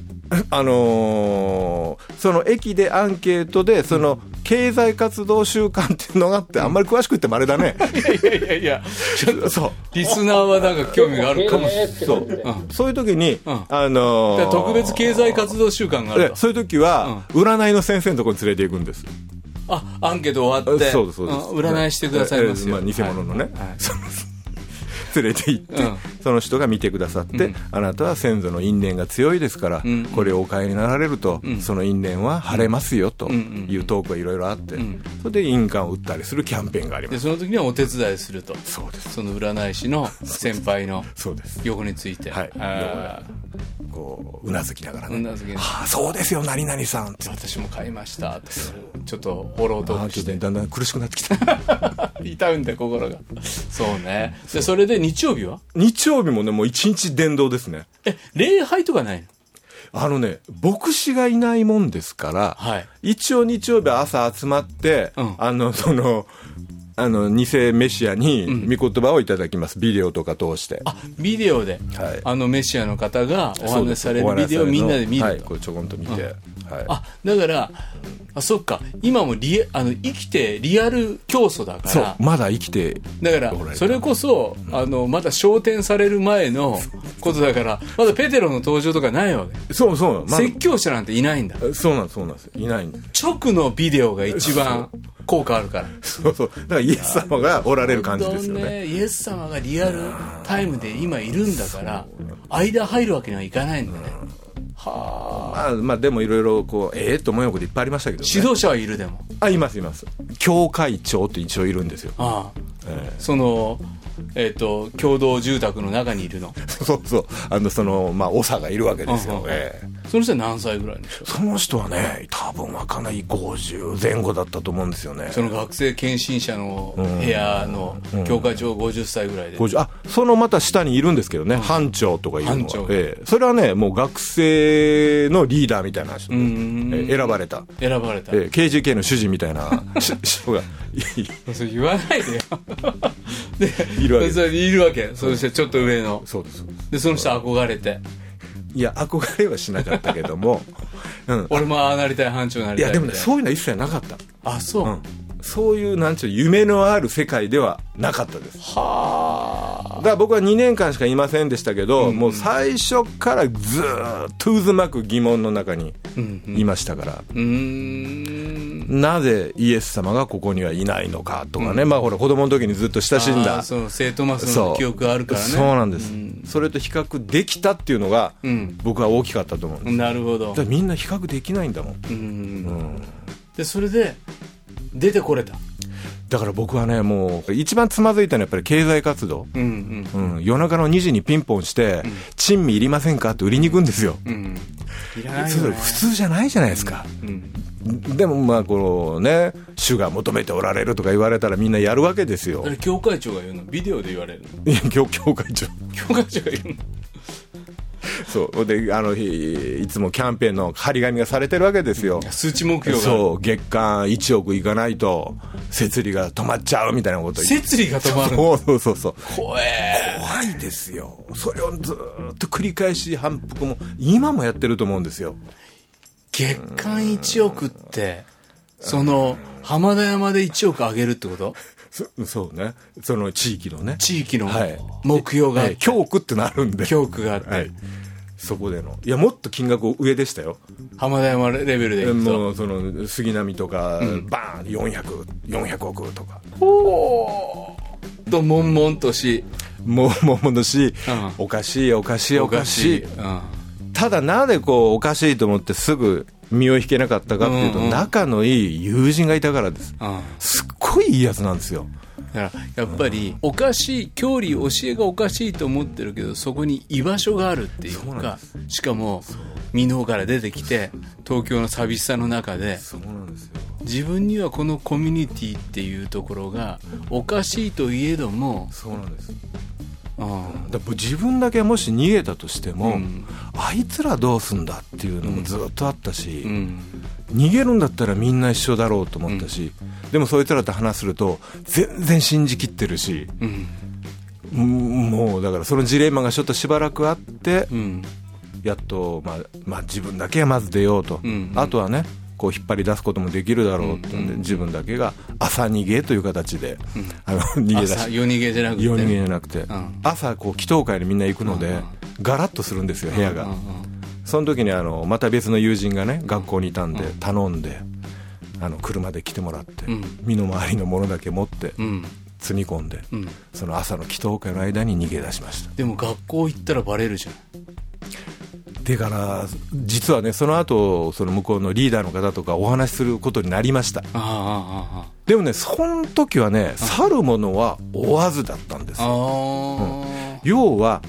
F: あのーその駅でアンケートで、その経済活動習慣っていうのがあって、あんまり詳しく言ってもあれだね、
E: いやいやいやち ょっと
F: そう
E: リスナーはなんか興味があるかもしれない
G: ない。
F: そ
G: そうう。
F: そういう時に、
E: ん
F: あの
E: だ
F: ー
E: から特別経済活動週間がある
F: え
E: と
F: そういう時は、占いの先生のところに連れて行くんです。
E: あアンケート終わって
F: そうですそうです
E: ん占いしてくださいますよ、
F: ええまあ、偽物のね、
E: はいはい
F: その連れて行って、
E: うん
F: その人が見てくださって、あなたは先祖の因縁が強いですから、
E: ん
F: これをお買いになられると、その因縁は晴れますよというトークがいろいろあって、それで印鑑を売ったりするキャンペーンがありま
E: ですその時にはお手伝いすると
F: そうです
E: その占い師の先輩の
F: そうです
E: 横について
F: はい
E: あ
F: こううなずきながら
E: ーうな
F: ね
E: ずけ
F: 「
E: に
F: はあそうですよ何々さん」って。
E: 私も買いましたとちょっとフォロー
F: あ
E: トー
F: ー
E: ク
F: ちょ
E: し
F: っと
E: て
F: だんだん苦しくなってきた
E: 痛うんだ心がそうねでそれで日曜日は
F: 日曜日もねもう一日電動ですね
E: え礼拝とかないの
F: あのね、牧師がいないもんですから、
E: はい
F: 一応日曜日朝集まって、
E: うん
F: あの、その、あの、偽メシアに御言葉をいただきます。ビデオとか通して。
E: あビデオで、
F: はい
E: あのメシアの方がお
F: そうで
E: 話し
F: す
E: されるビデオをみんなで見ると、
F: はい、こうちょこんと見て。はい。
E: あだからあそっか今もリアあの生きてリアル競争だか
F: そう
E: ら、
F: まだ生きて、
E: だからそれこそ、あのまだ昇天される前のことだからまだペテロの登場とかないわけ、
F: そうそう、まだ
E: 説教者なんていないんだ
F: そうなんです、そうなんです。いないんです。
E: 直のビデオが一番効果あるから
F: そうそう。だからイエス様がおられる感じですよ
E: どん
F: ね。
E: ねイエス様がリアルタイムで今いるんだから間入るわけにはいかないんだね
F: まあ、まあでもいろいろこう、ええと思うようなこといっぱいありましたけどね。
E: 指導者はいるでも
F: あ、いますいます。教会長って一応いるんですよ。
E: ああ、そのえっ、と共同住宅の中にいるの
F: そうそう、あの、その、まあ、長がいるわけです
E: うん
F: よ
E: うん。
F: ええ
E: その人は何歳ぐらいの人
F: その人はね、多分わかんない50前後だったと思うんですよね。
E: その学生献身者の部屋の教会長50歳ぐらいで、
F: 50あ、そのまた下にいるんですけどね、班長とかいうの
E: 班
F: は
E: 長。
F: ええそれはね、もう学生のリーダーみたいな人で、え
E: ん
F: え選ばれた。
E: 選ばれた、
F: ええ KGK の主人みたい なし人が、いい
E: それ言わな いでよで
F: いるわけです
E: それいるわけそしてちょっと上の
F: そうです。そうです
E: でその人憧れて
F: いや、憧れはしなかったけど も、うん。
E: 俺もああなりたい班長になり
F: い
E: たい
F: や、でもね、
E: みたいな
F: そういうのは一切なかった。
E: あそう、
F: うんそういう、なんちゅう、夢のある世界ではなかったです。だから僕は2年間しかいませんでしたけど、もう最初からずーっと渦巻く疑問の中にいましたから、
E: うーん
F: なぜイエス様がここにはいないのかとかね、まあほら子供の時にずっと親しん
E: あー
F: だ。
E: その聖トマスの記憶があるからね
F: そうなんです、それと比較できたっていうのが、
E: ん
F: 僕は大きかったと思うんです。
E: なるほど
F: だからみんな比較できないんだもん。
E: でそれで出てこれた
F: だから僕はねもう一番つまずいたのはやっぱり経済活動、
E: うんうん
F: うん、夜中の2時にピンポンして「珍味いりませんか?」って売りに行くんですよ、
E: うんいら
F: それ
E: ね
F: 普通じゃないじゃないですか、
E: うん
F: でもまあこのね主が求めておられるとか言われたらみんなやるわけですよ
E: あれ教会長が言うのビデオで言われるの
F: いや教教会長
E: 教会長が言うの
F: そうであの日いつもキャンペーンの張り紙がされてるわけですよ
E: 数値目標が
F: そう月間1億いかないと設理が止まっちゃうみたいなこと言って
E: 摂理が止まるの
F: そうそうそうそう
E: 怖え
F: 怖いですよそれをずーっと繰り返し反復も今もやってると思うんですよ
E: 月間1億ってその浜田山で1億上げるってこと
F: そそうねその地域のね
E: 地域の
F: はい
E: 目標があっ
F: は
E: て
F: い教区ってなるんで
E: 教区があって、
F: はいそこでのいやもっと金額上でしたよ
E: 浜田山レベルでいくと
F: もうその杉並とか、バーン400400 400億とか
E: と悶々とし
F: もうもうものし、
E: う
F: おかしいおかしいおかしい
E: うん
F: ただなぜこうおかしいと思ってすぐ身を引けなかったかっていうと、
E: うんうん
F: 仲のいい友人がいたからです
E: うん
F: すっごいいいやつなんですよ
E: だからやっぱりおかしい教理教えがおかしいと思ってるけどそこに居場所があるっていう
F: そうなん
E: かしかも箕面から出てきて東京の寂しさの中で
F: そうなんですよ
E: 自分にはこのコミュニティっていうところがおかしいといえども、
F: そうなんです
E: うん
F: だから自分だけもし逃げたとしても、
E: うん
F: あいつらどうすんだっていうのもずっとあったし、
E: うん
F: 逃げるんだったらみんな一緒だろうと思ったし、でもそいつらと話すると全然信じきってるし、
E: うん
F: うんもうだからそのジレンマがちょっとしばらくあって、
E: うん
F: やっと、まあまあ、自分だけはまず出ようと、
E: うん
F: あとはねこう引っ張り出すこともできるだろうってんで、自分だけが朝逃げという形で、あの逃げ出
E: 朝
F: し
E: 夜逃げじゃなくて
F: 夜逃げじゃなくて、
E: ん
F: 朝こう祈祷会にみんな行くので、
E: うんうん
F: ガラッとするんですよ部屋が、
E: うんうん
F: その時にあのまた別の友人がね学校にいたんで頼んであの車で来てもらって、
E: ん
F: 身の回りのものだけ持って
E: うん
F: 積み込んで、
E: ん
F: その朝の祈祷会の間に逃げ出しました
E: でも学校行ったらバレるじゃん
F: でから実はねその後その向こうのリーダーの方とかお話しすることになりました
E: ああああああ
F: でもねその時はね去る者は追わずだったんです
E: あ
F: よ
E: ー
F: 要は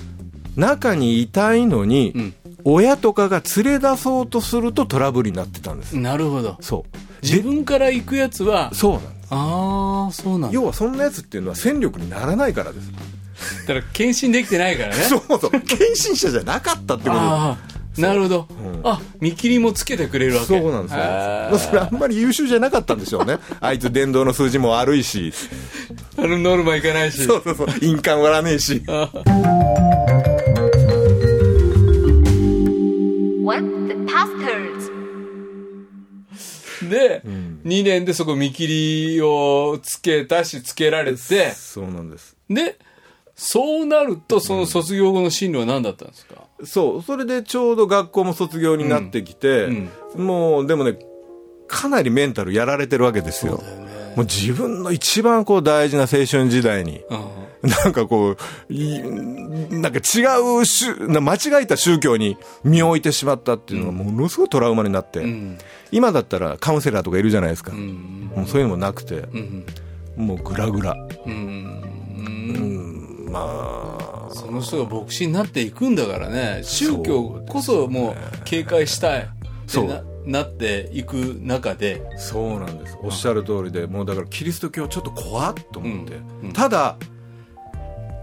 F: 中にいたいのに、
E: ん
F: 親とかが連れ出そうとするとトラブルになってたんです、
E: なるほど
F: そう
E: 自分から行くやつは
F: そうなんです
E: ああそうなんだ
F: 要はそんなやつっていうのは戦力にならないからです
E: だから献身できてないからね
F: そもそも献身者じゃなかったってことです
E: ああなるほど、あ見切りもつけてくれるわけ
F: そうなんですよ。それあんまり優秀じゃなかったんでしょ うね。あいつ電動の数字も悪いし、
E: あのノルマいかないし
F: そうそうそう、印鑑割らねえし。
B: What the pastors?
E: で、2年でそこ見切りをつけたしつけられて
F: そうなんです。
E: でそうなるとその卒業後の進路は何だったんですか、
F: そう、それでちょうど学校も卒業になってきて、
E: ん
F: もうでもね、かなりメンタルやられてるわけですよ。もう自分の一番こう大事な青春時代に、 なんかこう、いなんか違う宗な間違えた宗教に身を置いてしまったっていうのがものすごいトラウマになって、今だったらカウンセラーとかいるじゃないですか。もうそういうのもなくて、もうグラグラ。うんまあ、
E: その人が牧師になっていくんだからね宗教こそもう警戒したいって
F: そう
E: ななっていく中で
F: そうなんです。おっしゃる通りで、もうだからキリスト教ちょっと怖っと思って、
E: うん
F: ただ、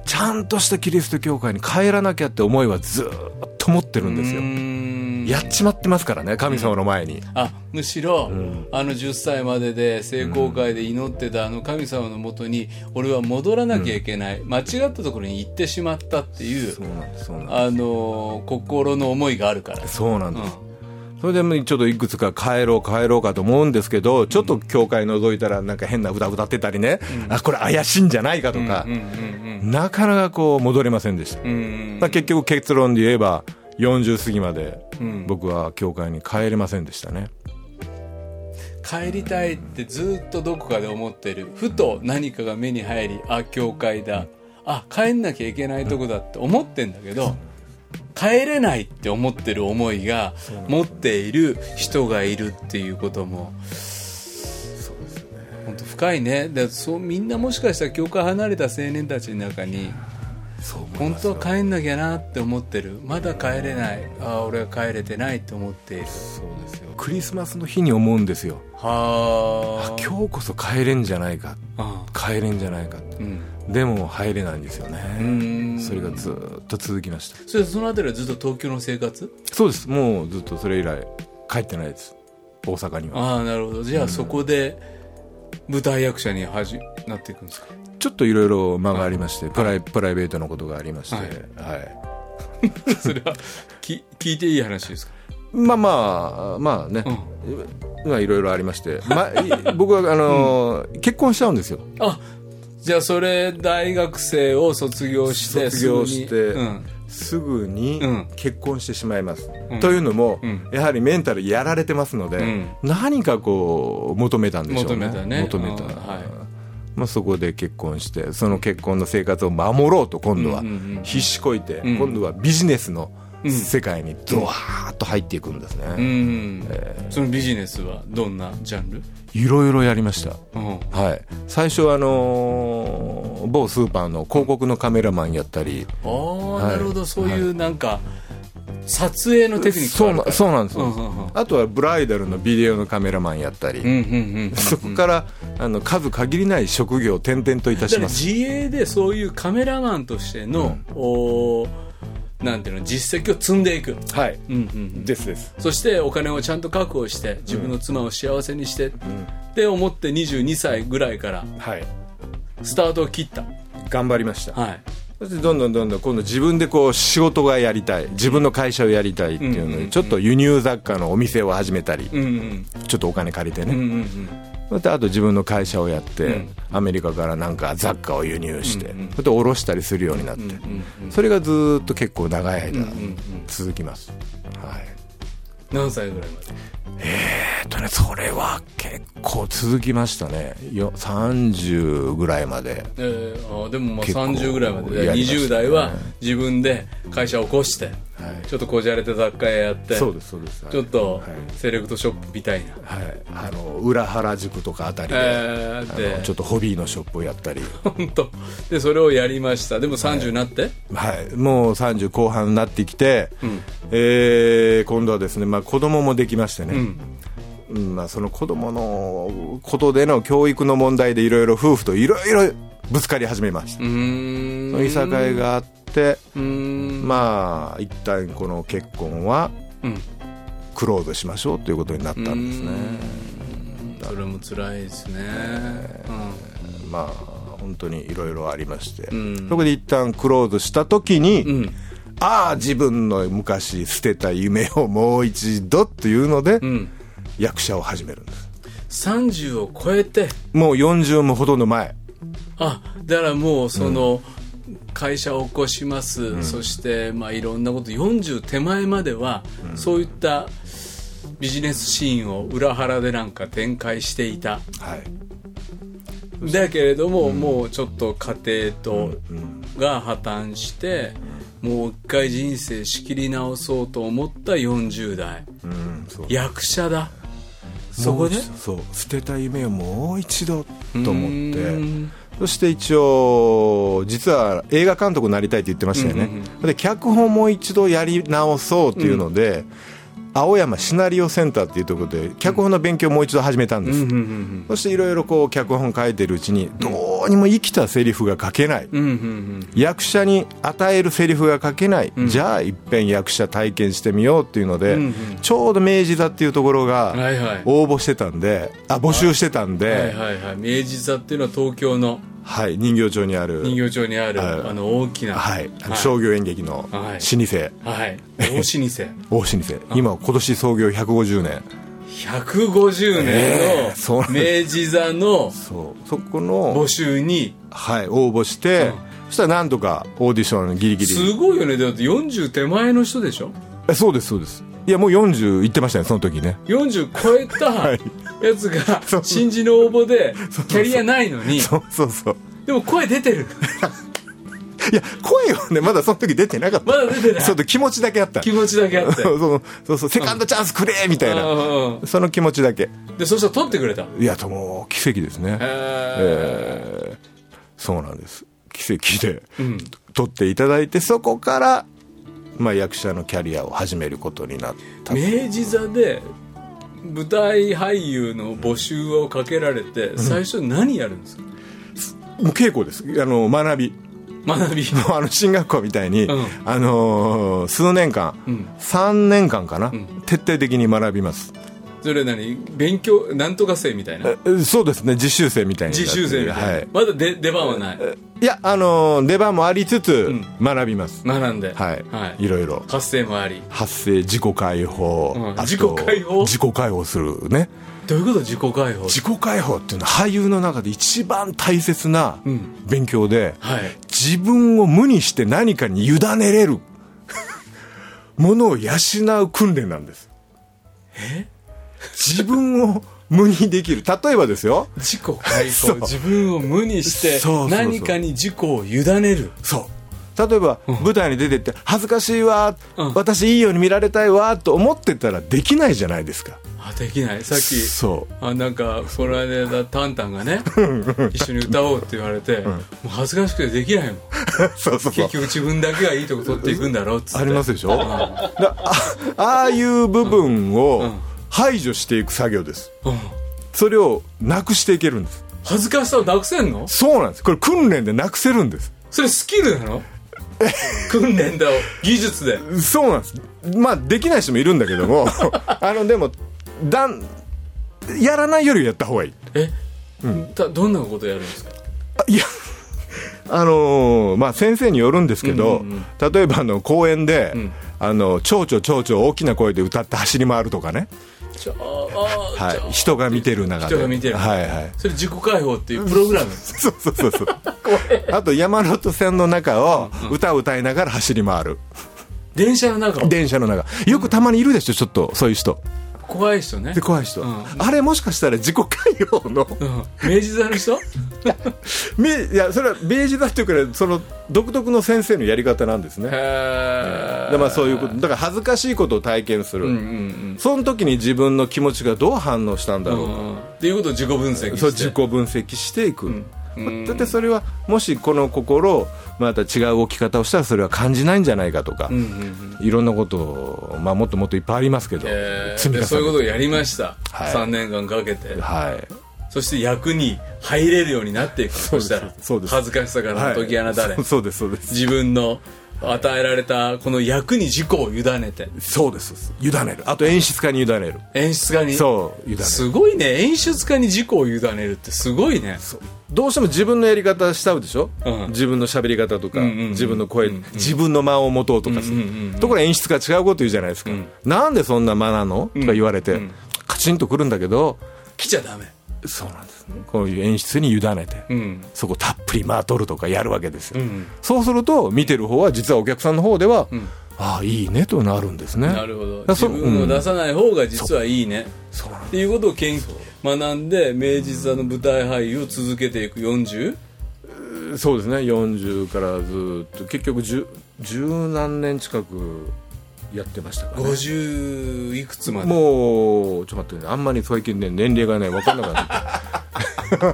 F: ちゃんとしたキリスト教会に帰らなきゃって思いはずーっと持ってるんですよ
E: う。ーん
F: やっちまってますからね、神様の前に。
E: あむしろ、あの10歳までで聖公会で祈ってたあの神様のもとに俺は戻らなきゃいけない、間違ったところに行ってしまったっていう
F: そうなんです、そうなんです。
E: あのー心の思いがあるから、
F: そうなんです。
E: う
F: それでもちょっといくつか帰ろう帰ろうかと思うんですけど、ちょっと教会覗いたらなんか変な歌歌ってたりね、あ、これ怪しいんじゃないかとか、なかなかこう戻れませんでした。
E: ん
F: まあ結局結論で言えば、40過ぎまで
E: ん
F: 僕は教会に帰れませんでしたね。
E: 帰りたいってずっとどこかで思ってるふと何かが目に入りあ教会だあ帰んなきゃいけないとこだって思ってんだけど帰れないって思ってる思いが持っている人がいるっていうこともう本当深いねでそうみんなもしかしたら教会離れた青年たちの中に
F: そう思い
E: 本
F: ます
E: 当は帰んなきゃなって思ってるまだ帰れないああ俺は帰れてないって思っている
F: そうですよクリスマスの日に思うんですよ
E: はあ
F: あ今日こそ帰れんじゃないか
E: あ
F: 帰れんじゃないかって
E: うん
F: でも入れないんですよ
E: う
F: ね
E: ん
F: それがずっと続きました
E: それそのあたりはずっと東京の生活
F: そうですもうずっとそれ以来帰ってないです大阪には
E: ああなるほどじゃあそこで舞台役者にはじなっていくんですか
F: ちょっといろいろ間がありましてプライプライベートのことがありまして、
E: は
F: はいい
E: それはき聞いていい話ですか
F: まあまあまあね、まあいろいろありまして、まあ、い僕はあのー結婚しちゃうんですよ
E: あじゃあそれ大学生を卒業して
F: 卒業して
E: すぐ
F: すぐ
E: にうん
F: に
E: うん
F: 結婚してしまいます、というのも、やはりメンタルやられてますので、
E: ん
F: 何かこう求めたんでしょうね
E: 求めたね
F: 求めた
E: うんはい
F: まあ、そこで結婚してその結婚の生活を守ろうと今度は
E: うんうんうん
F: 必死こいて、
E: ん
F: 今度はビジネスの世界にドワーッと入っていくんですね、
E: うん、そのビジネスはどんなジャンル、
F: いろいろやりました
E: うん、
F: はい、最初はあのー某スーパーの広告のカメラマンやったり
E: ああ、
F: い
E: なるほどそういうなんか、撮影のテクニックがあるから
F: そうなそうなんですよ、
E: うんうんうん
F: あとはブライダルのビデオのカメラマンやったり、
E: うんうんうん
F: そこからあの数限りない職業を転々といた
E: だ
F: し
E: から
F: ます
E: 自営でそういうカメラマンとしての、おーなんていうの実績を積んでいく、
F: はい
E: うんうん、
F: ですです
E: そしてお金をちゃんと確保して自分の妻を幸せにして、って思って22歳ぐらいから
F: はい
E: スタートを切った、
F: 頑張りました、
E: はい、
F: そしてどんどんどんどん今度自分でこう仕事がやりたい自分の会社をやりたいっていうので、ちょっと輸入雑貨のお店を始めたり、
E: うんうん
F: ちょっとお金借りてね、
E: うんうん
F: そしてあと自分の会社をやって、アメリカからなんか雑貨を輸入して、それで卸したりするようになって、それがずーっと結構長い間続きます、はい
E: 何歳ぐらいまで
F: えっとねそれは結構続きましたねよ30ぐらいまで
E: えー、あーでもまあ
F: 結構
E: 30ぐらいまで
F: やりましたね
E: 20代は自分で会社を起こして、ちょっとこじゃれた雑貨屋やって
F: そうですそうです
E: ちょっと
F: はい
E: セレクトショップみたいな、
F: はい、あの裏原宿とかあたりで、
E: え
F: あ
E: ー、
F: の
E: で
F: ちょっとホビーのショップをやったり、
E: 本当でそれをやりましたでも30になって、
F: はい、もう30後半になってきて、えー今度はですね、まあ、子供もできましてね、うんまあ、その子供のことでの教育の問題でいろいろ夫婦といろいろぶつかり始めました、
E: うーん
F: いさかいがあって、
E: うーん
F: まあ一旦この結婚は
E: うん
F: クローズしましょうということになったんですね、
E: それも辛いですね、
F: まあ本当にいろいろありまして、そこで一旦クローズした時に、
E: ん
F: ああ自分の昔捨てた夢をもう一度というので、
E: うん、うん、
F: 役者を始めるんです
E: 30を超えて
F: もう40もほとんど前
E: あだからもうその、会社を起こします、そしてまあいろんなこと40手前までは、そういったビジネスシーンを裏腹でなんか展開していた
F: はい
E: だけれども、もうちょっと家庭とが破綻して、もう一回人生仕切り直そうと思った40代、
F: うんそう
E: 役者だそこで
F: もう一度そう捨てた夢をもう一度と思っ
E: う
F: て
E: ん
F: そして一応実は映画監督になりたいって言ってましたよね、で脚本もう一度やり直そうというので、青山シナリオセンターっていうところで脚本の勉強をもう一度始めたんです、
E: うんうん
F: そしていろいろこう脚本書いてるうちにどうにも生きたセリフが書けない、
E: うんうんうん
F: 役者に与えるセリフが書けない、じゃあいっぺん役者体験してみようっていうので、
E: うんうん
F: ちょうど明治座っていうところ
E: はい
F: が
E: はい
F: 応募してたんで、あ募集してたんで、
E: は
F: はいい
E: はいはい明治座っていうのは東京の
F: 人形町にある
E: 人形町にある、
F: はい
E: あの大きな
F: はいあの
E: はい
F: 商業演劇の老舗、
E: はいはい大老舗
F: 大老舗今今年創業150年
E: 150
F: ええそうなん
E: 年の明治座の
F: そうそこ
E: 募
F: の、
E: 集に
F: はい、応募して、そしたらなんとかオーディションギリギリ
E: すごいよねだって40手前の人でしょ
F: えそうですそうですいやもう40いってましたねその時ね
E: 40超えた
F: い
E: やつが新人の応募でキャリアないのに
F: そうそうそう
E: でも声出てる
F: いや、声はね、まだその時出てなかった。
E: まだ出てない
F: そう気持ちだけあった。
E: 気持ちだけあっ て
F: そうそうそうそう、セカンドチャンスくれみたい
E: うん
F: な。
E: うんう
F: その気持ちだけ。
E: んでそしたら取ってくれた
F: いや、ともう奇跡ですね。
E: え
F: えーそうなんです奇跡で、撮っていただいてそこから、まあ、役者のキャリアを始めることになった
E: ー明治座で舞台俳優の募集をかけられて最初何やるんですか
F: もう稽古ですあの学び
E: 学び
F: もうあの進学校みたいに、
E: うん
F: あのー数年間、
E: ん
F: 3年間かな、徹底的に学びます
E: それ何勉強なんとか生みたいな
F: えそうですね実習生みたいになって
E: 自習生みたいな、
F: はい、
E: まだ出出番はない
F: いやあのー出番もありつつ、
E: ん
F: 学びます、
E: 学んでは
F: はい、、
E: はいい、
F: ろいろ
E: 発声もあり
F: 発声自己解放、
E: うん
F: あと
E: 自己解放
F: 自己解放するね
E: どういうこと自己解放
F: 自己解放っていうのは俳優の中で一番大切な
E: うん
F: 勉強で、
E: はい
F: 自分を無にして何かに委ねれる ものを養う訓練なんです自分を無にできる例えばですよ
E: 自己解
F: そ
E: 放
F: う
E: 自分を無にして
F: そうそうそう
E: 何かに自己を委ねる
F: そう例えば舞台に出てって恥ずかしいわ、
E: うん
F: 私いいように見られたいわと思ってたらできないじゃないですか
E: あできないさっき
F: そ
E: あなんかこの間タンタンがね一緒に歌おうって言われて、もう恥ずかしくてできないもん
F: う そうそうそう
E: 結局自分だけがいいとこ取っていくんだろうっつって
F: ありますでしょだあああいう部分を排除していく作業です
E: うん
F: それをなくしていけるんです
E: 恥ずかしさをなくせんの
F: そうなんですこれ訓練でなくせるんです
E: それスキルなの訓練だを技術で
F: そうなんですまあできない人もいるんだけども あのでもだんやらないよりやった方がいい
E: え、たどんなことやるんですか
F: あいやあのーまあ先生によるんですけど、
E: うんうん
F: 例えばあの公園で、
E: ん
F: あの蝶々蝶々大きな声で歌って走り回るとかね、
E: ちょあー
F: は
E: ちょ
F: い、人が見てる中で
E: 人が見てる
F: はいはい
E: それ自己解放っていうプログラム
F: そうそうそうそう。あと山手線の中を歌を歌いながら走り回る。
E: 電車の中を
F: 電車の中。よくたまにいるでしょ、ちょっと、そういう人。
E: 怖い人ね
F: で、怖い人。
E: うん
F: あれもしかしたら自己解放の、
E: うん、明治座の人
F: めいや、それは明治だっていうくらい、その独特の先生のやり方なんですね。
E: へ
F: でまあそういうこと。だから恥ずかしいことを体験する。
E: うんうんうん
F: その時に自分の気持ちがどう反応したんだろうと。
E: うんっていうことを自己分析して
F: そう自己分析していく、
E: うん
F: だってそれはもしこの心をまた違う置き方をしたらそれは感じないんじゃないかとか、
E: うんうんうん
F: いろんなことを、まあ、もっともっといっぱいありますけど、
E: えー
F: 積み重
E: で
F: ね
E: そういうことをやりました、
F: はい
E: 3年間かけて
F: はい
E: そして役に入れるようになっていくそう
F: です
E: したら
F: そうです
E: 恥ずかしさからの解き放たれ、
F: はいそうですそうです
E: 自分の与えられたこの役に自己を委ねて
F: そうですそうです委ねるあと演出家に委ねる
E: 演出家に
F: そう委ねる
E: すごいね演出家に自己を委ねるってすごいね
F: そうどうしても自分のやり方しちゃうでしょ、
E: うん
F: 自分の喋り方とか、
E: うんうんうん
F: 自分の声、自分の間を持とうとかする、
E: うんうんうん
F: ところが演出家違うこと言うじゃないですか、
E: ん
F: なんでそんな間なのとか言われて、
E: うん
F: カチンとくるんだけど
E: 来ちゃダメ
F: そうなんです、ね、こういう演出に委ねて、
E: うん
F: そこたっぷりまあ取るとかやるわけですよ、
E: ん
F: そうすると見てる方は実はお客さんの方では、ああいいねとなるんですね
E: なるほど
F: だ
E: 自
F: そ
E: 分を出
F: うん
E: さない方が実はいいね、
F: そうなん
E: っていうことを研究学んで明治座の舞台俳優を続けていく 40?
F: そうですね40からずっと結局十十何年近くやってましたから、ね、
E: 50いくつまで
F: もうちょっと待ってねあんまり最近ね年齢がね分かんなかった、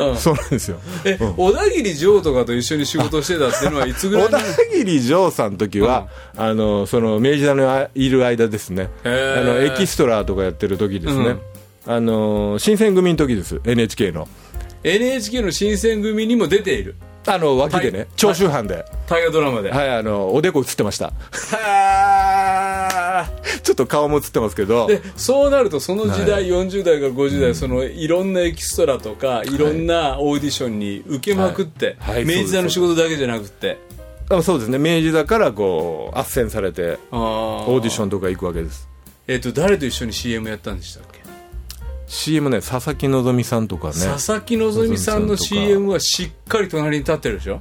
E: う ん
F: そうなんですよ
E: え、小田切丈とかと一緒に仕事してたっていうのはいつぐらい
F: 小
E: に
F: 田切丈さんの時は、あのその明治座にいる間ですねあ
E: へー
F: のエキストラとかやってる時ですね、
E: うん
F: あの新選組の時です NHK の
E: NHK の新選組にも出ている
F: あの脇で
E: はい
F: ね長州藩で、
E: 大河ドラマで、
F: はいあのおでこ映ってましたちょっと顔も映ってますけど
E: でそうなるとその時代40代から50代、そのいろんなエキストラとかいろんなオーディションに受けまくって、
F: はいはい
E: 明治座の仕事だけじゃなくて
F: あそうですね明治座からこう斡旋されて
E: オ
F: オーディションとか行くわけです
E: えっ、と誰と一緒に CM やったんでしたっけ
F: CM ね佐々木希さんとかね
E: 佐々木希さんの
F: 希さんとか
E: CM はしっかり隣に立ってるでしょ、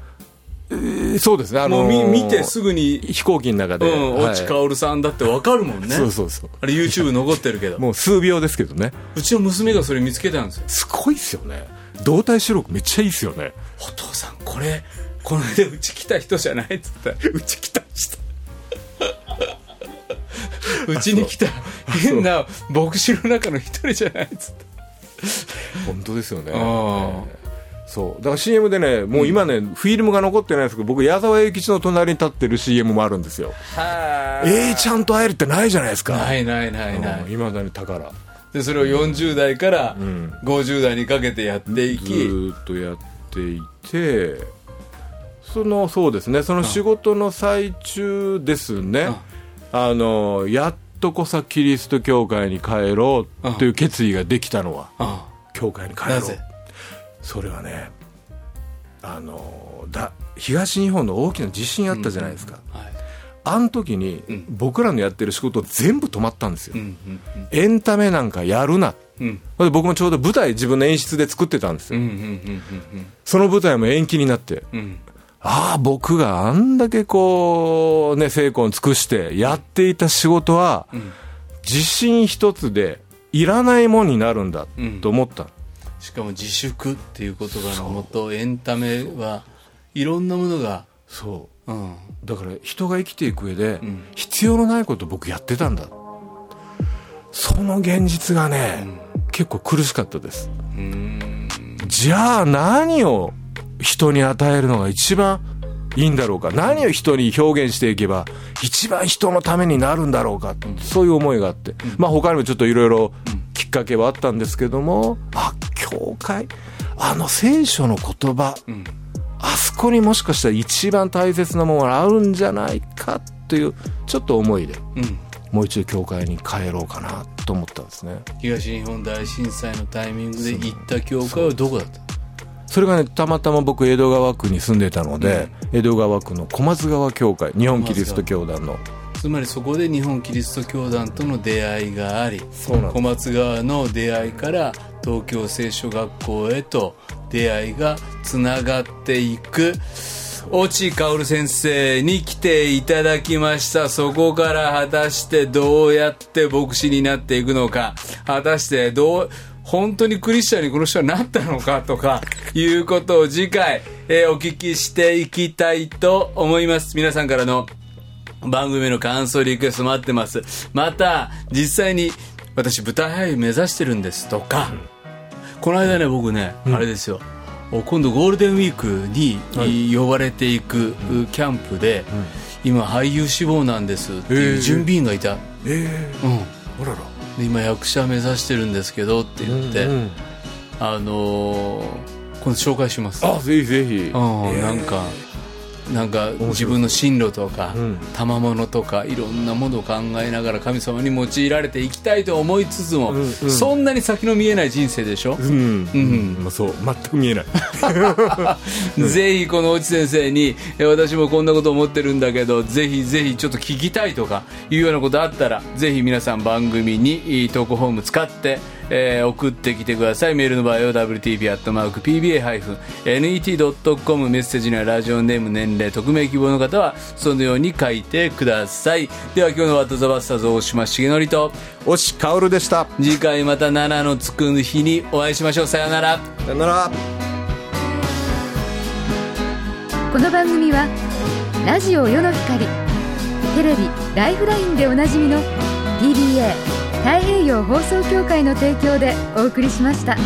F: そうですねあの
E: もう見見てすぐに、
F: 飛行機の中
E: う
F: で、
E: ん、
F: はい
E: 落ちかおるさんだってわかるもんね
F: そうそうそう
E: あれ YouTube 残ってるけど
F: もう数秒ですけどね
E: うちの娘がそれ見つけたんですよ
F: すごいっすよね動体視力めっちゃいいっすよね
E: お父さんこれこの間うち来た人じゃないっつったらうち来た人 うちに来た変な牧師の中の一人じゃないっつって
F: 本当ですよね
E: あ
F: そうだから CM でねもう今ね、フィルムが残ってないですけど僕矢沢永吉の隣に立ってる CM もあるんですよ
E: は
F: えー、ちゃんと会えるってないじゃないですか
E: ないないないない
F: いまだに宝
E: でそれを40代から50代にかけてやってい
F: ず
E: き、
F: ーっとやっていてそのそうですねその仕事の最中ですねあのやっとこさキリスト教会に帰ろうっていう決意ができたのは
E: あ
F: 教会に帰ろ
E: な
F: う
E: ぜ
F: それはねあのだ東日本の大きな地震あったじゃないですか、
E: はい
F: あの時に僕らのやってる仕事全部止まったんですよ、
E: うんうん
F: エンタメなんかやるな
E: うん
F: それで僕もちょうど舞台自分の演出で作ってたんですよ、
E: うんうんうん
F: その舞台も延期になって、
E: うんうん
F: ああ、僕があんだけこう、ね、成功を尽くしてやっていた仕事は、自信一つでいらないもんになるんだ
E: ん
F: と思った。
E: しかも自粛っていう言葉のもとエンタメはいろんなものが、
F: そう。
E: うん、
F: だから人が生きていく上で、必要のないことを僕やってたんだ。その現実がね、結構苦しかったです。じゃあ何を人に与えるのが一番いいんだろうか。何を人に表現していけば一番人のためになるんだろうか。そういう思いがあって。まあ他にもちょっといろいろきっかけはあったんですけども、あ、教会、あの聖書の言葉、あそこにもしかしたら一番大切なものがあるんじゃないかというちょっと思いで、もう一度教会に帰ろうかなと思ったんですね
E: 東日本大震災のタイミングで行った教会はどこだった
F: それがねたまたま僕江戸川区に住んでたので、江戸川区の小松川教会日本キリスト教団の
E: つまりそこで日本キリスト教団との出会いがあり
F: うなんです
E: 小松川の出会いから東京聖書学校へと出会いがつながっていく越智薫先生に来ていただきましたそこから果たしてどうやって牧師になっていくのか果たしてどう本当にクリスチャンにこの人はなったのかとかいうことを次回、えーお聞きしていきたいと思います皆さんからの番組への感想リクエスト待ってますまた実際に私舞台俳優目指してるんですとか、この間ね僕ね、あれですよ今度ゴールデンウィークに、い呼ばれていくキャンプで、今俳優志望なんですっていう準備員がいた、
F: え
E: うん
F: えあらら
E: で今役者目指してるんですけどって言って、
F: うん
E: あのー今度紹介します
F: あぜひぜひ
E: うん、なんかなんか自分の進路とか賜物とかいろんなものを考えながら神様に用いられていきたいと思いつつも、そんなに先の見えない人生でしょ、
F: うん、
E: ん
F: まあ、そう全く見えない
E: ぜひこの越智先生にえ私もこんなこと思ってるんだけどぜひぜひちょっと聞きたいとかいうようなことあったらぜひ皆さん番組にえー投稿フォーム使って、えー送ってきてくださいメールの場合は wtp.pba-net.com メッセージにはラジオネーム年齢匿名希望の方はそのように書いてくださいでは今日の「ワット・ザ・バスターズ」大島重則と
F: 押薫でした
E: 次回また7のつく日にお会いしましょうさようなら
F: さよなら
B: この番組はラジオ世の光テレビ「ライフライン」でおなじみの DBA 太平洋放送協会の提供でお送りしました。